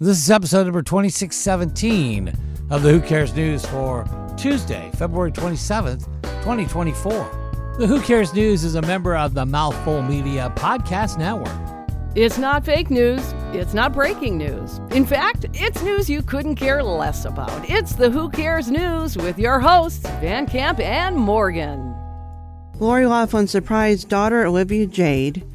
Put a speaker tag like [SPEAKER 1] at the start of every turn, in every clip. [SPEAKER 1] This is episode number 2617 of the Who Cares News for Tuesday, February 27th, 2024. The Who Cares News is a member of the Mouthful Media Podcast Network.
[SPEAKER 2] It's not fake news. It's not breaking news. In fact, it's news you couldn't care less about. It's the Who Cares News with your hosts, Van Camp and Morgan.
[SPEAKER 3] Lori Laughlin surprised daughter Olivia Jade,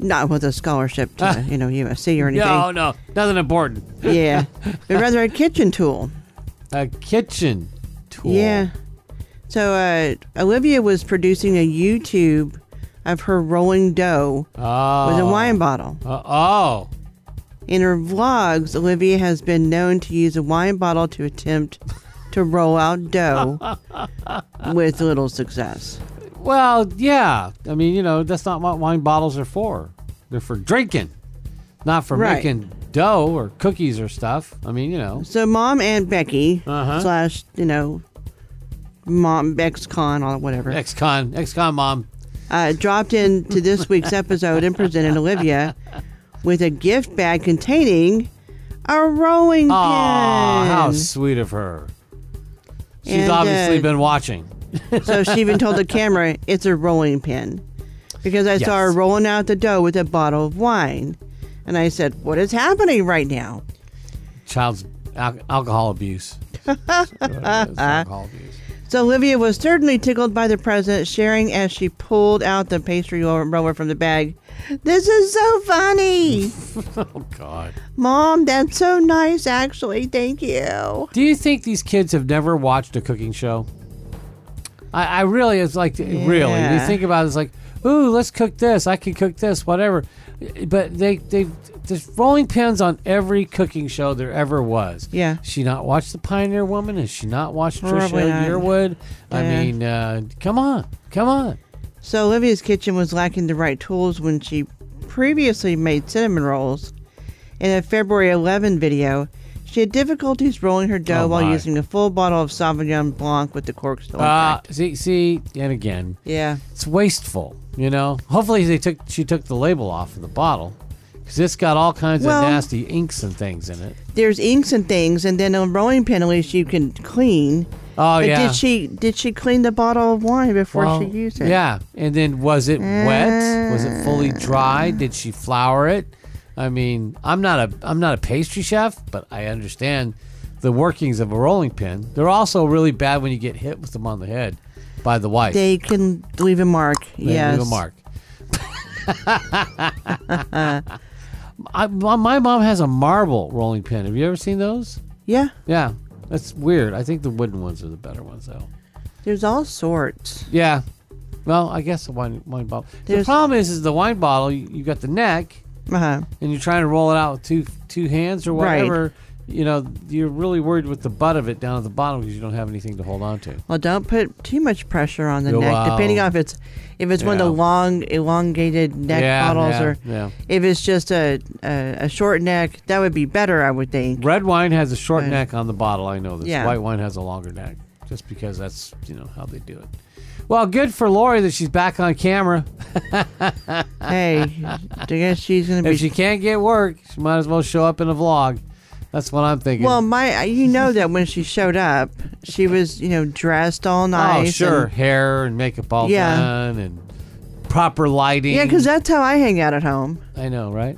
[SPEAKER 3] not with a scholarship to
[SPEAKER 1] Ah.
[SPEAKER 3] you know USC or anything.
[SPEAKER 1] No, no, nothing important.
[SPEAKER 3] Yeah, but rather a kitchen tool.
[SPEAKER 1] A kitchen tool.
[SPEAKER 3] Yeah. So uh, Olivia was producing a YouTube of her rolling dough
[SPEAKER 1] Oh.
[SPEAKER 3] with a wine bottle.
[SPEAKER 1] Uh, oh.
[SPEAKER 3] In her vlogs, Olivia has been known to use a wine bottle to attempt to roll out dough with little success.
[SPEAKER 1] Well, yeah. I mean, you know, that's not what wine bottles are for. They're for drinking, not for
[SPEAKER 3] Right.
[SPEAKER 1] making dough or cookies or stuff. I mean, you know.
[SPEAKER 3] So mom and Becky
[SPEAKER 1] Uh-huh.
[SPEAKER 3] slash you know mom Bex con or whatever.
[SPEAKER 1] Ex-con, ex-con mom.
[SPEAKER 3] uh, dropped into this week's episode and presented Olivia with a gift bag containing a rowing
[SPEAKER 1] Aw,
[SPEAKER 3] pin.
[SPEAKER 1] how sweet of her. She's
[SPEAKER 3] And,
[SPEAKER 1] obviously
[SPEAKER 3] uh,
[SPEAKER 1] been watching.
[SPEAKER 3] so she even told the camera it's a rolling pin because I saw her
[SPEAKER 1] Yes.
[SPEAKER 3] rolling out the dough with a bottle of wine. And I said, What is happening right now?
[SPEAKER 1] Child's al- alcohol abuse. That's what it is, alcohol abuse.
[SPEAKER 3] So Olivia was certainly tickled by the present, sharing as she pulled out the pastry roll- roller from the bag. This is so funny.
[SPEAKER 1] Oh, God.
[SPEAKER 3] Mom, that's so nice, actually. Thank you.
[SPEAKER 1] Do you think these kids have never watched a cooking show? I, I really, it's like, really. You
[SPEAKER 3] Yeah.
[SPEAKER 1] think about it, it's like, ooh, let's cook this. I can cook this, whatever. But they, they, there's rolling pins on every cooking show there ever was.
[SPEAKER 3] Yeah.
[SPEAKER 1] She not watched The Pioneer Woman? Has she not watched
[SPEAKER 3] Probably
[SPEAKER 1] Trisha
[SPEAKER 3] not.
[SPEAKER 1] Yearwood? I
[SPEAKER 3] Yeah.
[SPEAKER 1] mean, uh, come on. Come on.
[SPEAKER 3] So Olivia's kitchen was lacking the right tools when she previously made cinnamon rolls. In a February 11 video, she had difficulties rolling her dough
[SPEAKER 1] Oh,
[SPEAKER 3] while
[SPEAKER 1] my.
[SPEAKER 3] using a full bottle of Sauvignon Blanc with the cork still
[SPEAKER 1] Uh,
[SPEAKER 3] intact.
[SPEAKER 1] see, see, and again,
[SPEAKER 3] yeah,
[SPEAKER 1] it's wasteful. You know. Hopefully, they took she took the label off of the bottle because it's got all kinds
[SPEAKER 3] Well-
[SPEAKER 1] of nasty inks and things in it.
[SPEAKER 3] there's inks and things, and then a rolling pin at least you can clean.
[SPEAKER 1] Oh
[SPEAKER 3] but
[SPEAKER 1] yeah.
[SPEAKER 3] did she did she clean the bottle of wine before
[SPEAKER 1] Well,
[SPEAKER 3] she used it? Mm.
[SPEAKER 1] Yeah, and then was it wet? Was it fully dry? Did she flour it? I mean, I'm not a I'm not a pastry chef, but I understand the workings of a rolling pin. They're also really bad when you get hit with them on the head by the wife.
[SPEAKER 3] they can leave a mark.
[SPEAKER 1] They
[SPEAKER 3] yes,
[SPEAKER 1] leave a mark. I, my my mom has a marble rolling pin. Have you ever seen those?
[SPEAKER 3] Yeah,
[SPEAKER 1] Yeah, that's weird. I think the wooden ones are the better ones, though.
[SPEAKER 3] there's all sorts.
[SPEAKER 1] Yeah. Well, I guess the wine wine bottle. the
[SPEAKER 3] There's-
[SPEAKER 1] problem is, is the wine bottle. You, you got the neck,
[SPEAKER 3] Uh-huh.
[SPEAKER 1] and you're trying to roll it out with two two hands or
[SPEAKER 3] Right.
[SPEAKER 1] whatever. You know, you're really worried with the butt of it down at the bottom because you don't have anything to hold on to.
[SPEAKER 3] Well, don't put too much pressure on the
[SPEAKER 1] Oh,
[SPEAKER 3] neck, depending
[SPEAKER 1] wow.
[SPEAKER 3] on if it's if it's one of the
[SPEAKER 1] Yeah.
[SPEAKER 3] long, elongated neck
[SPEAKER 1] yeah,
[SPEAKER 3] bottles
[SPEAKER 1] yeah,
[SPEAKER 3] or
[SPEAKER 1] yeah.
[SPEAKER 3] if it's just a, a a short neck. That would be better, I would think.
[SPEAKER 1] Red wine has a short
[SPEAKER 3] Right.
[SPEAKER 1] neck on the bottle. I know this.
[SPEAKER 3] Yeah.
[SPEAKER 1] White wine has a longer neck, just because that's you know how they do it. Well, good for Lori that she's back on camera.
[SPEAKER 3] Hey, I guess she's gonna be.
[SPEAKER 1] If she can't get work, she might as well show up in a vlog. That's what I'm thinking.
[SPEAKER 3] well, my you know that when she showed up, she was you know dressed all nice.
[SPEAKER 1] Oh, sure.
[SPEAKER 3] and-
[SPEAKER 1] Hair and makeup all
[SPEAKER 3] Yeah.
[SPEAKER 1] done and proper lighting.
[SPEAKER 3] yeah, because that's how I hang out at home.
[SPEAKER 1] I know, right?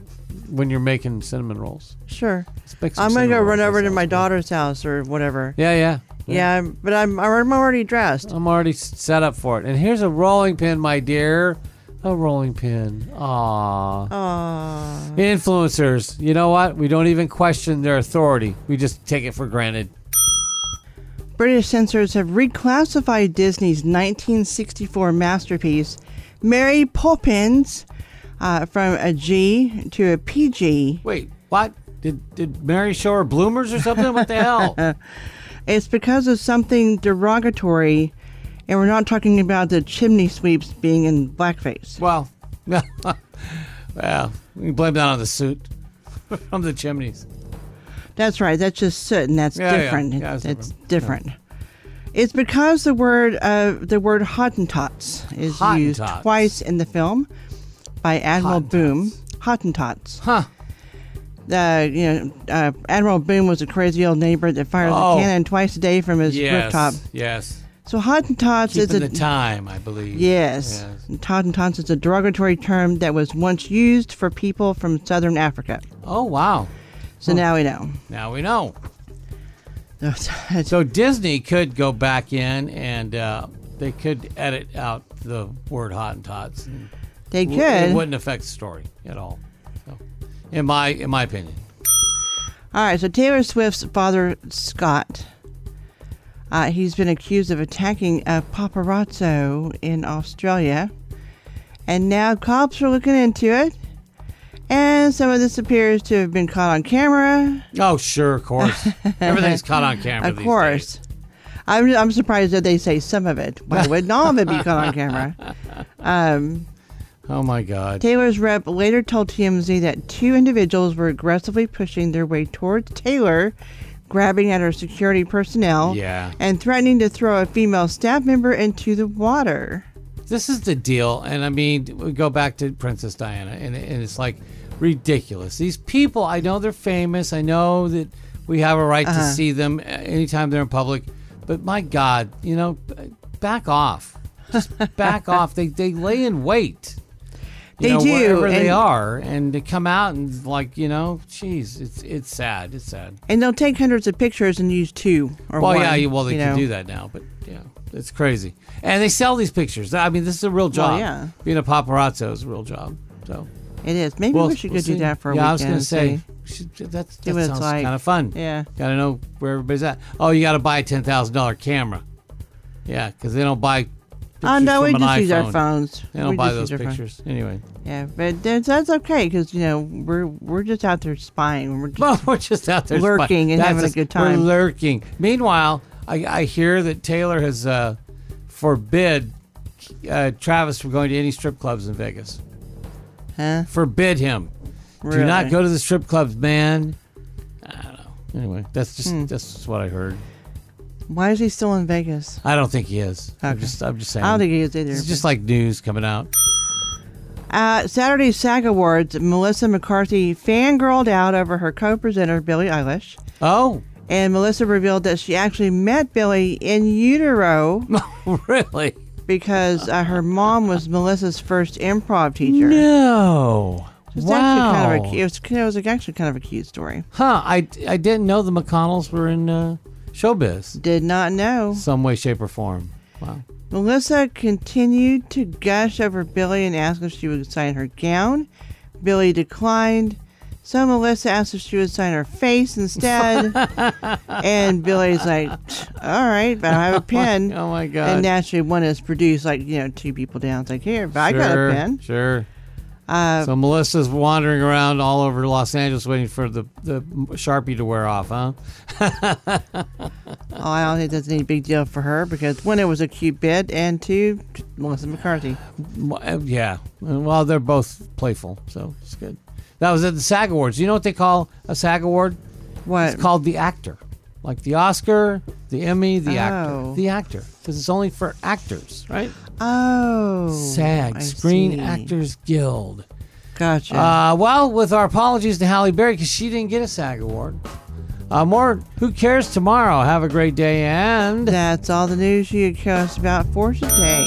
[SPEAKER 1] When you're making cinnamon rolls.
[SPEAKER 3] Sure,
[SPEAKER 1] Let's make some
[SPEAKER 3] I'm gonna
[SPEAKER 1] cinnamon
[SPEAKER 3] go
[SPEAKER 1] rolls.
[SPEAKER 3] run
[SPEAKER 1] That
[SPEAKER 3] over to
[SPEAKER 1] sounds
[SPEAKER 3] my
[SPEAKER 1] good.
[SPEAKER 3] daughter's house or whatever.
[SPEAKER 1] Yeah, yeah.
[SPEAKER 3] Yeah, I'm- but I'm I'm already dressed.
[SPEAKER 1] I'm already s- set up for it. And here's a rolling pin, my dear. A rolling pin. Aww.
[SPEAKER 3] Aww.
[SPEAKER 1] Influencers, you know what? We don't even question their authority. We just take it for granted.
[SPEAKER 3] British censors have reclassified Disney's 1964 masterpiece, Mary Poppins, uh, from a G to a PG.
[SPEAKER 1] Wait, what? Did did Mary show her bloomers or something? What the hell?
[SPEAKER 3] It's because of something derogatory, and we're not talking about the chimney sweeps being in blackface.
[SPEAKER 1] Well, well, we can blame that on the suit from the chimneys.
[SPEAKER 3] That's right, that's just soot, and that's
[SPEAKER 1] Yeah, yeah.
[SPEAKER 3] different.
[SPEAKER 1] Yeah,
[SPEAKER 3] It's-
[SPEAKER 1] that's
[SPEAKER 3] it's different. It's because the word uh, the word Hottentots is used
[SPEAKER 1] Hottentots.
[SPEAKER 3] twice in the film by Admiral Boom.
[SPEAKER 1] Hottentots.
[SPEAKER 3] Hottentots.
[SPEAKER 1] Huh?
[SPEAKER 3] uh, you know, uh, Admiral Boone was a crazy old neighbor that fired
[SPEAKER 1] Oh.
[SPEAKER 3] a cannon twice a day from his
[SPEAKER 1] Yes.
[SPEAKER 3] rooftop.
[SPEAKER 1] Yes.
[SPEAKER 3] So Hottentots
[SPEAKER 1] Keeping
[SPEAKER 3] is
[SPEAKER 1] the
[SPEAKER 3] a
[SPEAKER 1] time, I believe.
[SPEAKER 3] yes,
[SPEAKER 1] Yes.
[SPEAKER 3] Hottentots is a derogatory term that was once used for people from southern Africa.
[SPEAKER 1] Oh wow.
[SPEAKER 3] So now we know.
[SPEAKER 1] Now we know.
[SPEAKER 3] That's-
[SPEAKER 1] So Disney could go back in and uh, they could edit out the word Hottentots. And
[SPEAKER 3] they
[SPEAKER 1] w- It
[SPEAKER 3] could.
[SPEAKER 1] wouldn't affect the story at all. So, in my in my opinion.
[SPEAKER 3] All right, so Taylor Swift's father, Scott, uh, he's been accused of attacking a paparazzo in Australia. And now cops are looking into it. And some of this appears to have been caught on camera.
[SPEAKER 1] Oh sure, of course. Everything's caught on camera.
[SPEAKER 3] Of
[SPEAKER 1] these days.
[SPEAKER 3] course. I'm, I'm surprised that they say some of it. Why wouldn't all of it be caught on camera? Um,
[SPEAKER 1] Oh my God.
[SPEAKER 3] Taylor's rep later told TMZ that two individuals were aggressively pushing their way towards Taylor, grabbing at her security personnel,
[SPEAKER 1] Yeah.
[SPEAKER 3] and threatening to throw a female staff member into the water.
[SPEAKER 1] This is the deal, and I mean, we go back to Princess Diana, and, and it's like ridiculous. These people, I know they're famous. I know that we have a right to
[SPEAKER 3] Uh-huh.
[SPEAKER 1] see them a- anytime they're in public, but my God, you know, b- back off. Just back off. They they lay in wait. You
[SPEAKER 3] They
[SPEAKER 1] know,
[SPEAKER 3] do,
[SPEAKER 1] wherever they
[SPEAKER 3] and-
[SPEAKER 1] are, and they come out and like you know, geez, it's it's sad. It's sad.
[SPEAKER 3] And they'll take hundreds of pictures and use two or
[SPEAKER 1] Well,
[SPEAKER 3] one.
[SPEAKER 1] yeah, you- well, they
[SPEAKER 3] you
[SPEAKER 1] can
[SPEAKER 3] know.
[SPEAKER 1] do that now, but yeah, it's crazy. And they sell these pictures. I mean, this is a real job.
[SPEAKER 3] yeah.
[SPEAKER 1] Being a paparazzo is a real job. So
[SPEAKER 3] It is. Maybe
[SPEAKER 1] we'll-
[SPEAKER 3] we should go
[SPEAKER 1] we'll
[SPEAKER 3] do
[SPEAKER 1] see.
[SPEAKER 3] that for a
[SPEAKER 1] yeah,
[SPEAKER 3] weekend.
[SPEAKER 1] I was gonna say
[SPEAKER 3] and see.
[SPEAKER 1] we should- that's,
[SPEAKER 3] see
[SPEAKER 1] that
[SPEAKER 3] what it's
[SPEAKER 1] sounds
[SPEAKER 3] like.
[SPEAKER 1] kind of fun.
[SPEAKER 3] Yeah.
[SPEAKER 1] Gotta know where everybody's at. Oh, you gotta buy a ten thousand dollar camera. Yeah, because they don't buy.
[SPEAKER 3] Oh, no, we
[SPEAKER 1] pictures
[SPEAKER 3] just
[SPEAKER 1] from an
[SPEAKER 3] use our
[SPEAKER 1] iPhone.
[SPEAKER 3] phones.
[SPEAKER 1] They don't
[SPEAKER 3] we
[SPEAKER 1] buy
[SPEAKER 3] just
[SPEAKER 1] those
[SPEAKER 3] use our phone.
[SPEAKER 1] pictures anyway.
[SPEAKER 3] Yeah, but that's, that's okay because, you know, we're we're just out there spying. We're just
[SPEAKER 1] Well, we're just out there
[SPEAKER 3] Lurking
[SPEAKER 1] spying.
[SPEAKER 3] and having a
[SPEAKER 1] us.
[SPEAKER 3] good time.
[SPEAKER 1] We're lurking. Meanwhile, I, I hear that Taylor has uh, forbid uh, Travis from going to any strip clubs in Vegas.
[SPEAKER 3] Huh?
[SPEAKER 1] Forbid him. Do
[SPEAKER 3] Really?
[SPEAKER 1] not go to the strip clubs, man. I don't know. Anyway, that's just
[SPEAKER 3] Hmm.
[SPEAKER 1] that's just what I heard.
[SPEAKER 3] Why is he still in Vegas?
[SPEAKER 1] I don't think he is. I'm
[SPEAKER 3] Okay.
[SPEAKER 1] just I'm just saying.
[SPEAKER 3] I don't think he is either.
[SPEAKER 1] it's just like news coming out.
[SPEAKER 3] Uh, Saturday's SAG Awards, Melissa McCarthy fangirled out over her co presenter, Billie Eilish.
[SPEAKER 1] Oh,
[SPEAKER 3] And Melissa revealed that she actually met Billie in utero
[SPEAKER 1] oh, really?
[SPEAKER 3] because uh, her mom was Melissa's first improv teacher.
[SPEAKER 1] No.
[SPEAKER 3] It was
[SPEAKER 1] wow.
[SPEAKER 3] actually kind of a, it, was, it was actually kind of a cute story.
[SPEAKER 1] Huh, I, I didn't know the McConnells were in uh, showbiz,
[SPEAKER 3] Did not know.
[SPEAKER 1] some way, shape, or form. Wow.
[SPEAKER 3] Melissa continued to gush over Billy and asked if she would sign her gown. Billy declined. So Melissa asked if she would sign her face instead. and Billy's like, all right, but I have a pen.
[SPEAKER 1] Oh my God.
[SPEAKER 3] and naturally, one is produced like, you know, two people down. It's like, here, but I got a
[SPEAKER 1] Sure,
[SPEAKER 3] pen.
[SPEAKER 1] Sure.
[SPEAKER 3] Uh,
[SPEAKER 1] So Melissa's wandering around all over Los Angeles waiting for the, the Sharpie to wear off, huh?
[SPEAKER 3] oh, I don't think that's any big deal for her because one, it was a cute bit, and two, Melissa McCarthy.
[SPEAKER 1] M- uh, Yeah. Well, they're both playful, so it's good. That was at the SAG Awards. You know what they call a SAG Award?
[SPEAKER 3] What?
[SPEAKER 1] It's called the actor. Like the Oscar, the Emmy, the actor.
[SPEAKER 3] Oh.
[SPEAKER 1] The actor. Because it's only for actors, right?
[SPEAKER 3] oh.
[SPEAKER 1] SAG,
[SPEAKER 3] I
[SPEAKER 1] Screen
[SPEAKER 3] see.
[SPEAKER 1] Actors Guild.
[SPEAKER 3] Gotcha.
[SPEAKER 1] Uh, well, with our apologies to Halle Berry because she didn't get a SAG award. Uh, more, who cares tomorrow? Have a great day and.
[SPEAKER 3] That's all the news you could us about for today.